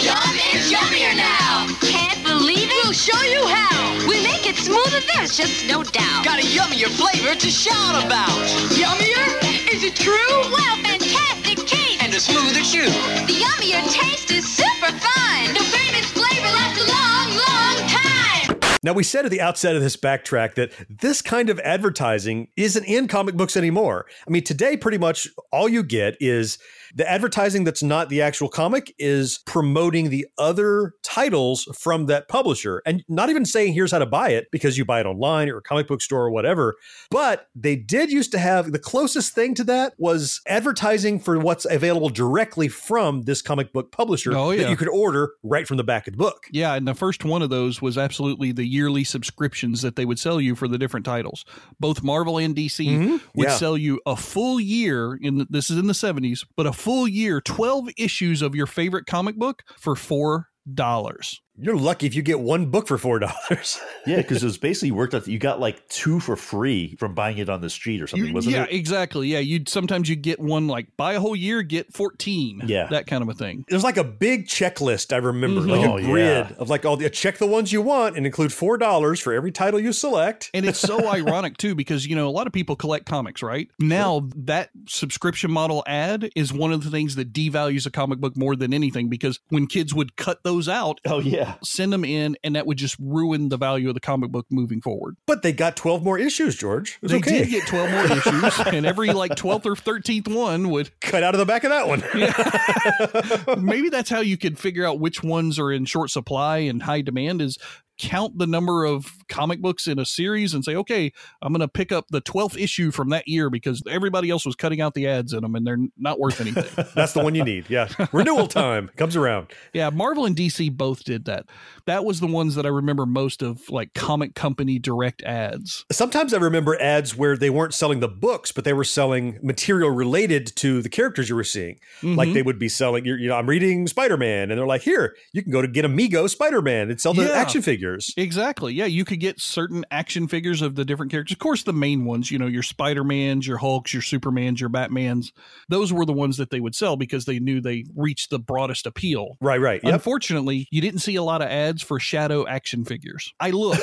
yum is yummier now. Can't believe it? We'll show you how. We make it smoother, there's just no doubt. Got a yummier flavor to shout about. Yummier? Is it true? Well, fantastic taste. And a smoother chew. The yummier taste is super fine. The famous flavor lasts a long, long time. Now, we said at the outset of this backtrack that this kind of advertising isn't in comic books anymore. I mean, today, pretty much all you get is the advertising that's not the actual comic is promoting the other titles from that publisher and not even saying here's how to buy it because you buy it online or a comic book store or whatever. But they did used to have the closest thing to that was advertising for what's available directly from this comic book publisher Oh, that yeah. you could order right from the back of the book. Yeah, and the first one of those was absolutely the yearly subscriptions that they would sell you for the different titles. Both Marvel and DC Mm-hmm. would Yeah. sell you a full year in the, this is in the 70s, but a full year 12 issues of your favorite comic book for 4 dollars. You're lucky if you get one book for four dollars. Yeah, because it was basically worked out that you got like two for free from buying it on the street or something, You- wasn't yeah, it? exactly. Yeah, you sometimes you get one like buy a whole year, get fourteen. Yeah. that kind of a thing. There's like a big checklist I remember, like Mm-hmm. Oh, a yeah. grid of like all the uh, check the ones you want and include four dollars for every title you select. And it's so ironic too because you know a lot of people collect comics, right? Now that subscription model ad is one of the things that devalues a comic book more than anything because when kids would cut those out, uh, Oh yeah. send them in, and that would just ruin the value of the comic book moving forward. But they got 12 more issues, George. It was They okay. did get twelve more issues, and every like twelfth or thirteenth one would Cut out of the back of that one. maybe that's how you could figure out which ones are in short supply and high demand is count the number of comic books in a series and say okay i'm going to pick up the 12th issue from that year because everybody else was cutting out the ads in them and they're not worth anything That's the one you need. Yeah. Renewal time comes around. yeah marvel and dc both did that that was the ones that i remember most of like comic company direct ads Sometimes I remember ads where they weren't selling the books, but they were selling material related to the characters you were seeing. Mm-hmm. Like they would be selling, you you know, I'm reading Spider Man, and they're like, here, you can go to get Amigo Spider Man and sell the Yeah. action figures. Exactly. Yeah, you could get certain action figures of the different characters. Of course, the main ones, you know, your Spider-Mans, your Hulks, your Supermans, your Batmans, those were the ones that they would sell because they knew they reached the broadest appeal. Right, right. Yep. Unfortunately, you didn't see a lot of ads for shadow action figures. I looked.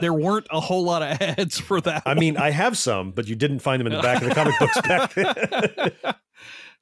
there weren't a whole lot of ads for that. I mean, I have some, but you didn't find them in the back of the comic books back then.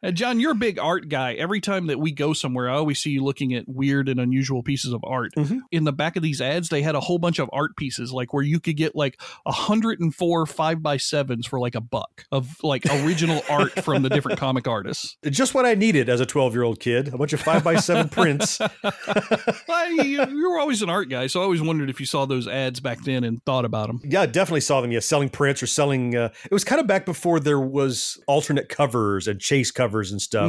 Uh, John, you're a big art guy. Every time that we go somewhere, I always see you looking at weird and unusual pieces of art. In the back of these ads, they had a whole bunch of art pieces, like where you could get like 104 five by sevens for like a buck of like original art from the different comic artists. Just what I needed as a 12 year old kid a bunch of five by seven prints. Well, you, you were always an art guy, so I always wondered if you saw those ads back then and thought about them. Yeah, I definitely saw them. Yeah, selling prints or selling. Uh, it was kind of back before there was alternate covers and chase covers and stuff.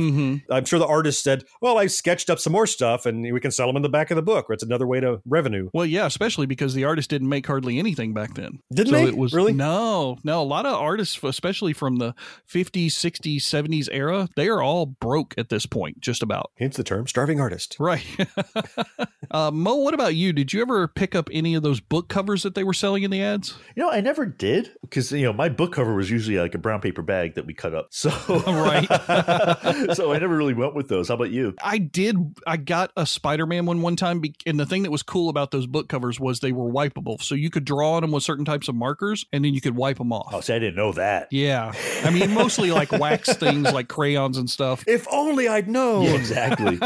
I'm sure the artist said, "Well, I sketched up some more stuff, and we can sell them in the back of the book." Or it's another way to revenue. Well, yeah, especially because the artist didn't make hardly anything back then. Didn't so they? It was Really? no, no. A lot of artists, especially from the 50s, 60s, 70s era, they are all broke at this point, just about. Hence the term "starving artist." Right. uh, Mo, what about you? Did you ever pick up any of those book covers that they were selling in the ads? You know, I never did because you know my book cover was usually like a brown paper bag that we cut up. So Right. so I never really went with those. How about you? I did. I got a Spider-Man one one time, be- and the thing that was cool about those book covers was they were wipeable, so you could draw on them with certain types of markers, and then you could wipe them off. Oh, see, I didn't know that. Yeah. I mean, mostly like wax things like crayons and stuff. If only I'd known. Yeah, exactly.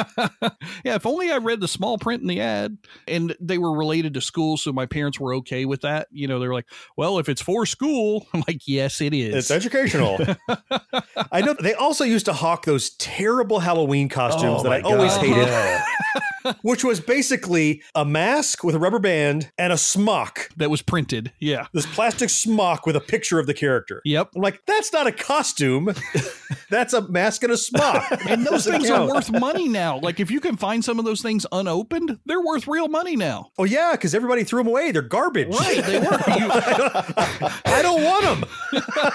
Yeah, if only I read the small print in the ad and they were related to school, so my parents were okay with that. You know, they were like, well, if it's for school, I'm like, yes, it is. It's educational. I know they also used to hawk those terrible Halloween costumes that Oh, I "Ah, always hated, which was basically a mask with a rubber band and a smock, that was printed. Yeah. this plastic smock with a picture of the character. Yep. I'm like, that's not a costume. that's a mask and a smock. And those Doesn't things are count. worth money now. Like, if you can find some of those things unopened, they're worth real money now. Oh yeah, because everybody threw them away. They're garbage. Right. They were. You, I don't want them.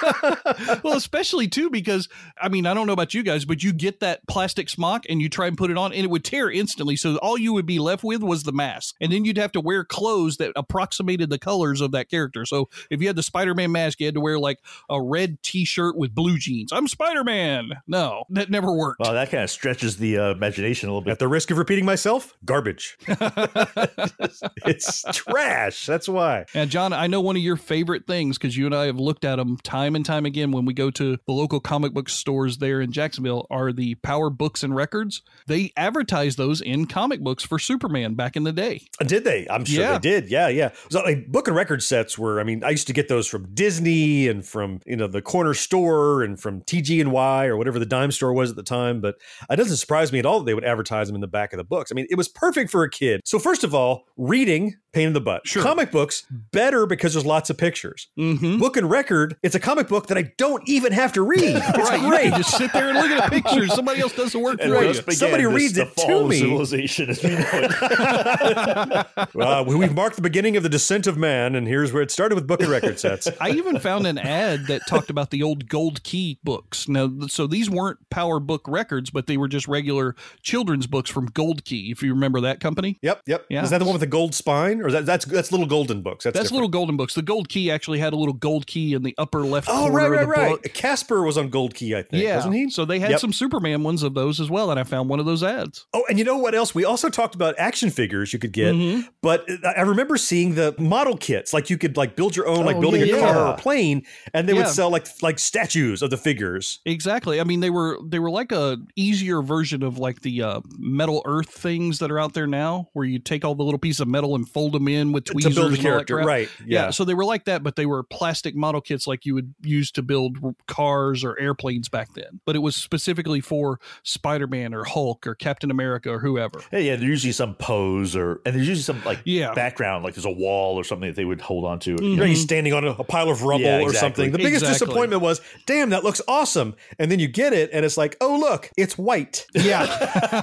well, especially too, because I mean, I don't know about you guys, but you get that plastic smock and you try and put it on and it would tear instantly. So all you would be left with was the mask. And then you'd have to wear clothes that approximated the colors of that character. So if you had the Spider Man mask, you had to wear like a red t shirt with blue jeans. I'm Spider Man. No, that never worked. Well, that kind of stretches the uh, imagination a little At bit. the risk of repeating myself, garbage. it's trash. That's why. And John, I know one of your favorite things because you and I have looked at them time and time again when we go to the local comic book stores there in Jacksonville are the Power Books and Records. They advertised those in comic books for Superman back in the day. Did they? I'm sure Yeah. they did. Yeah, yeah. So, like, book and record sets were. I mean, I used to get those from Disney and from you know the corner store and from TG and Y or whatever the dime store was at the time. But it doesn't surprise me at all that they would advertise them in the back of the books. I mean, it was perfect for a kid. So first of all, reading. pain in the butt. Sure. Comic books, better because there's lots of pictures. Mm-hmm. Book and record, it's a comic book that I don't even have to read. It's Right, great. You can just sit there and look at a picture. Somebody else does the work And for you. thus began Somebody this- reads the it to fall of me. Civilization as we know it. Uh, we- we've marked the beginning of the descent of man, and here's where it started with book and record sets. I even found an ad that talked about the old gold key books. Now, th- so these weren't Power Book records, but they were just regular children's books from Gold Key, if you remember that company. Yep, yep. Yeah. Is that the one with the gold spine, or is that, that's that's little golden books? That's, That's different. little golden books. The gold key actually had a little gold key in the upper left Oh, corner right, right, of the right. book. Casper was on Gold Key, I think, Yeah, wasn't he? so they had Yep. some Superman ones of those as well, and I found one of those ads. Oh, and you know what else? We also talked about action figures you could get, Mm-hmm. but I- I remember seeing the model kits. Like you could like build your own, like Oh, building a yeah. car or a plane, and they Yeah. would sell like like statues of the figures. Exactly. I mean, they were they were like a easier version of like the uh, metal Earth things that are out there now, where you take all the little pieces of metal and fold them in with build tweezers a and all that character, crap. right, Yeah. yeah. So they were like that, but they were plastic model kits like you would use to build r- cars or airplanes back then. But it was specifically for Spider Man or Hulk or Captain America or whoever. Yeah, yeah, there's usually some pose or and there's usually some like Yeah. background, like there's a wall or something that they would hold on to. Right, he's standing on a, a pile of rubble Yeah, or exactly. something. The biggest Mm-hmm. Exactly. disappointment was, damn, that looks awesome, and then you get it, and it's like, oh look, it's white. Yeah.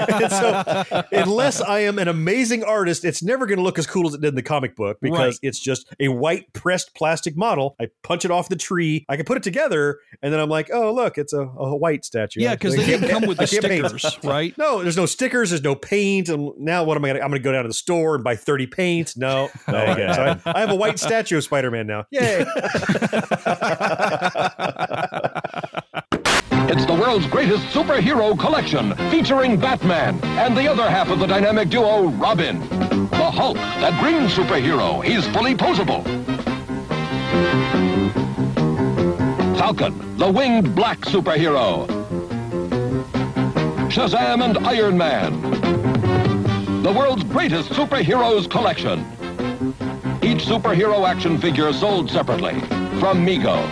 And so unless I am an amazing artist, it's never going to look as cool as it did in the comic book because Right. it's just a white pressed plastic model. I punch it off the tree. I can put it together, and then I'm like, oh look, it's a, a white statue. yeah. Because I they can't- didn't come with the I can't paint. stickers, right? No, there's no stickers. There's no paint. And now what am I going to? I'm going to go down to the store and buy 30 paints. No, no. Okay. So I, I have a white statue of Spider-Man now. Yay! It's the world's greatest superhero collection, featuring Batman and the other half of the dynamic duo, Robin. The Hulk, that green superhero, he's fully posable. Falcon, the winged black superhero. Shazam and Iron Man. The world's greatest superheroes collection. Each superhero action figure sold separately from Mego.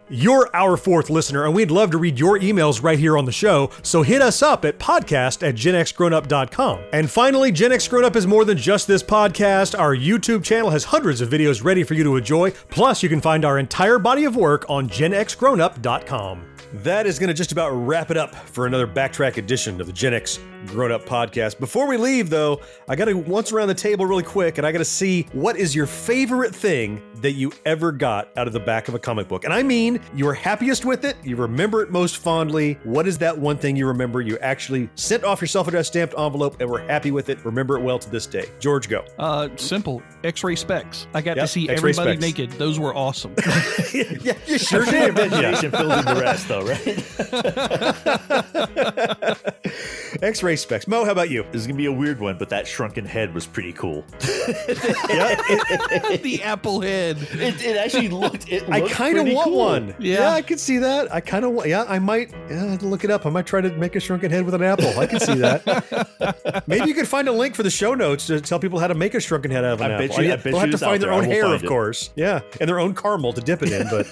You're our fourth listener, and we'd love to read your emails right here on the show, so hit us up at podcast at genxgrownup.com. And finally, Gen X Grown Up is more than just this podcast. Our YouTube channel has hundreds of videos ready for you to enjoy. Plus, you can find our entire body of work on genxgrownup.com. That is going to just about wrap it up for another backtrack edition of the Gen X Grown Up podcast. Before we leave, though, I got to once around the table really quick and I got to see what is your favorite thing that you ever got out of the back of a comic book. And I mean, you were happiest with it, you remember it most fondly. What is that one thing you remember you actually sent off your self addressed stamped envelope and were happy with it? Remember it well to this day. George, go. Uh, simple. X ray specs. I got to Yep, see X-ray everybody specs. naked. Those were awesome. yeah, you sure Your imagination filled in the rest, though, right? X ray specs. Mo, how about you? This is gonna be a weird one, but that shrunken head was pretty cool. the apple head. It, it actually looked. It I looked kind of pretty want cool. one. Yeah. I could see that. I kind of want. Yeah, I might yeah, I had to look it up. I might try to make a shrunken head with an apple. I could see that. Maybe you could find a link for the show notes to tell people how to make a shrunken head out of an I apple. bet you- yeah, I bet they'll you have to it's out find their there. I own will hair, find of it. course. Yeah, and their own caramel to dip it in. But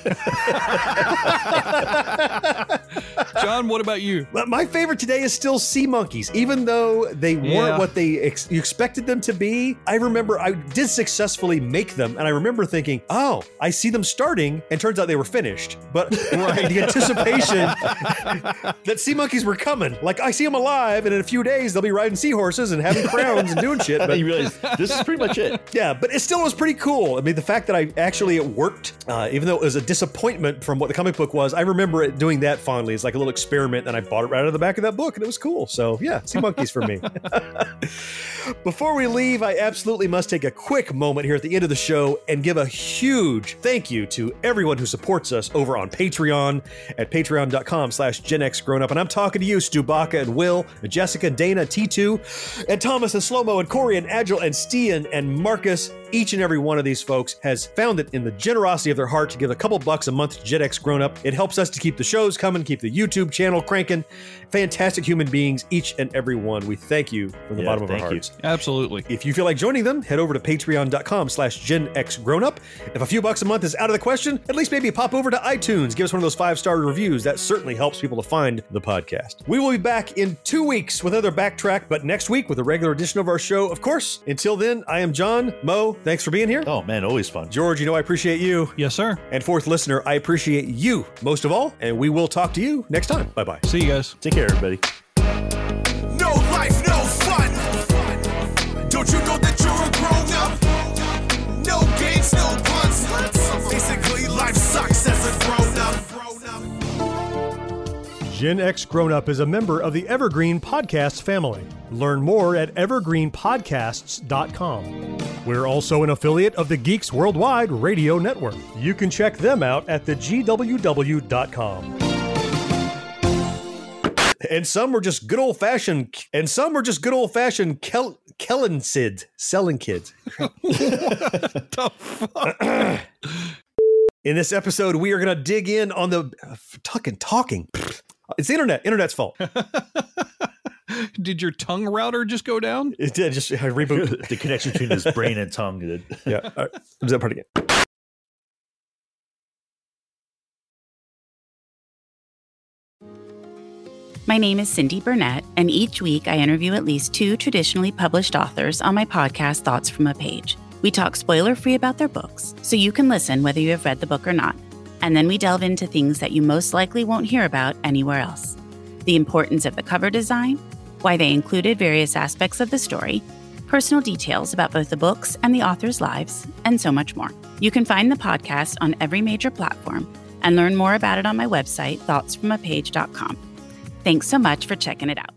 John, what about you? But my favorite today is still sea monkeys, even though they weren't Yeah. what they ex- you expected them to be. I remember I did successfully make them, and I remember thinking, "Oh, I see them starting," and turns out they were finished. But the anticipation that sea monkeys were coming, like I see them alive, and in a few days they'll be riding seahorses and having crowns and doing shit. And But you realize this is pretty much it. yeah, but it still was pretty cool. I mean, the fact that I actually it worked, uh, even though it was a disappointment from what the comic book was, I remember it doing that fondly. It's like a little experiment, and I bought it right out of the back of that book, and it was cool. So yeah, sea monkeys for me. Before we leave, I absolutely must take a quick moment here at the end of the show and give a huge thank you to everyone who supports us over on Patreon at patreon.com slash Gen X Grown Up. And I'm talking to you, Stu Baca and Will and Jessica and Dana, T2 and Thomas and Slomo and Corey and Agile and Stian and Marcus. Each and every one of these folks has found it in the generosity of their heart to give a couple bucks a month to Gen X Grown Up. It helps us to keep the show shows coming, keep the YouTube channel cranking. Fantastic human beings, each and every one. We thank you from the Yeah, bottom of our thank you. hearts. Absolutely. If you feel like joining them, head over to patreon.com slash genxgrownup. If a few bucks a month is out of the question, at least maybe pop over to iTunes. Give us one of those five-star reviews. That certainly helps people to find the podcast. We will be back in two weeks with another backtrack, but next week with a regular edition of our show, of course. Until then, I am John. Mo, thanks for being here. Oh man, always fun. George, you know I appreciate you. Yes, sir. And fourth listener, I appreciate you most of all. And we will talk to you next time. Bye-bye. See you guys. Take care, everybody. No life, no fun. Don't you know that you're a grown up? No games, no puns. Basically, life sucks as a grown up. Gen X Grown Up is a member of the Evergreen Podcasts family. Learn more at evergreenpodcasts.com. We're also an affiliate of the Geeks Worldwide Radio Network. You can check them out at thegww.com. And some were just good old fashioned, and some were just good old fashioned Kel- Kellen Sid, selling kids. In this episode, we are going to dig in on the uh, talking, talking. It's the internet, internet's fault. Did your tongue router just go down? It did. Just I rebooted. the connection between his brain and tongue. Did. yeah. All right. Does that part again? My name is Cindy Burnett, and each week I interview at least two traditionally published authors on my podcast, Thoughts from a Page. We talk spoiler free about their books, so you can listen whether you have read the book or not. And then we delve into things that you most likely won't hear about anywhere else the importance of the cover design, why they included various aspects of the story, personal details about both the books and the authors' lives, and so much more. You can find the podcast on every major platform and learn more about it on my website, thoughtsfromapage.com. Thanks so much for checking it out.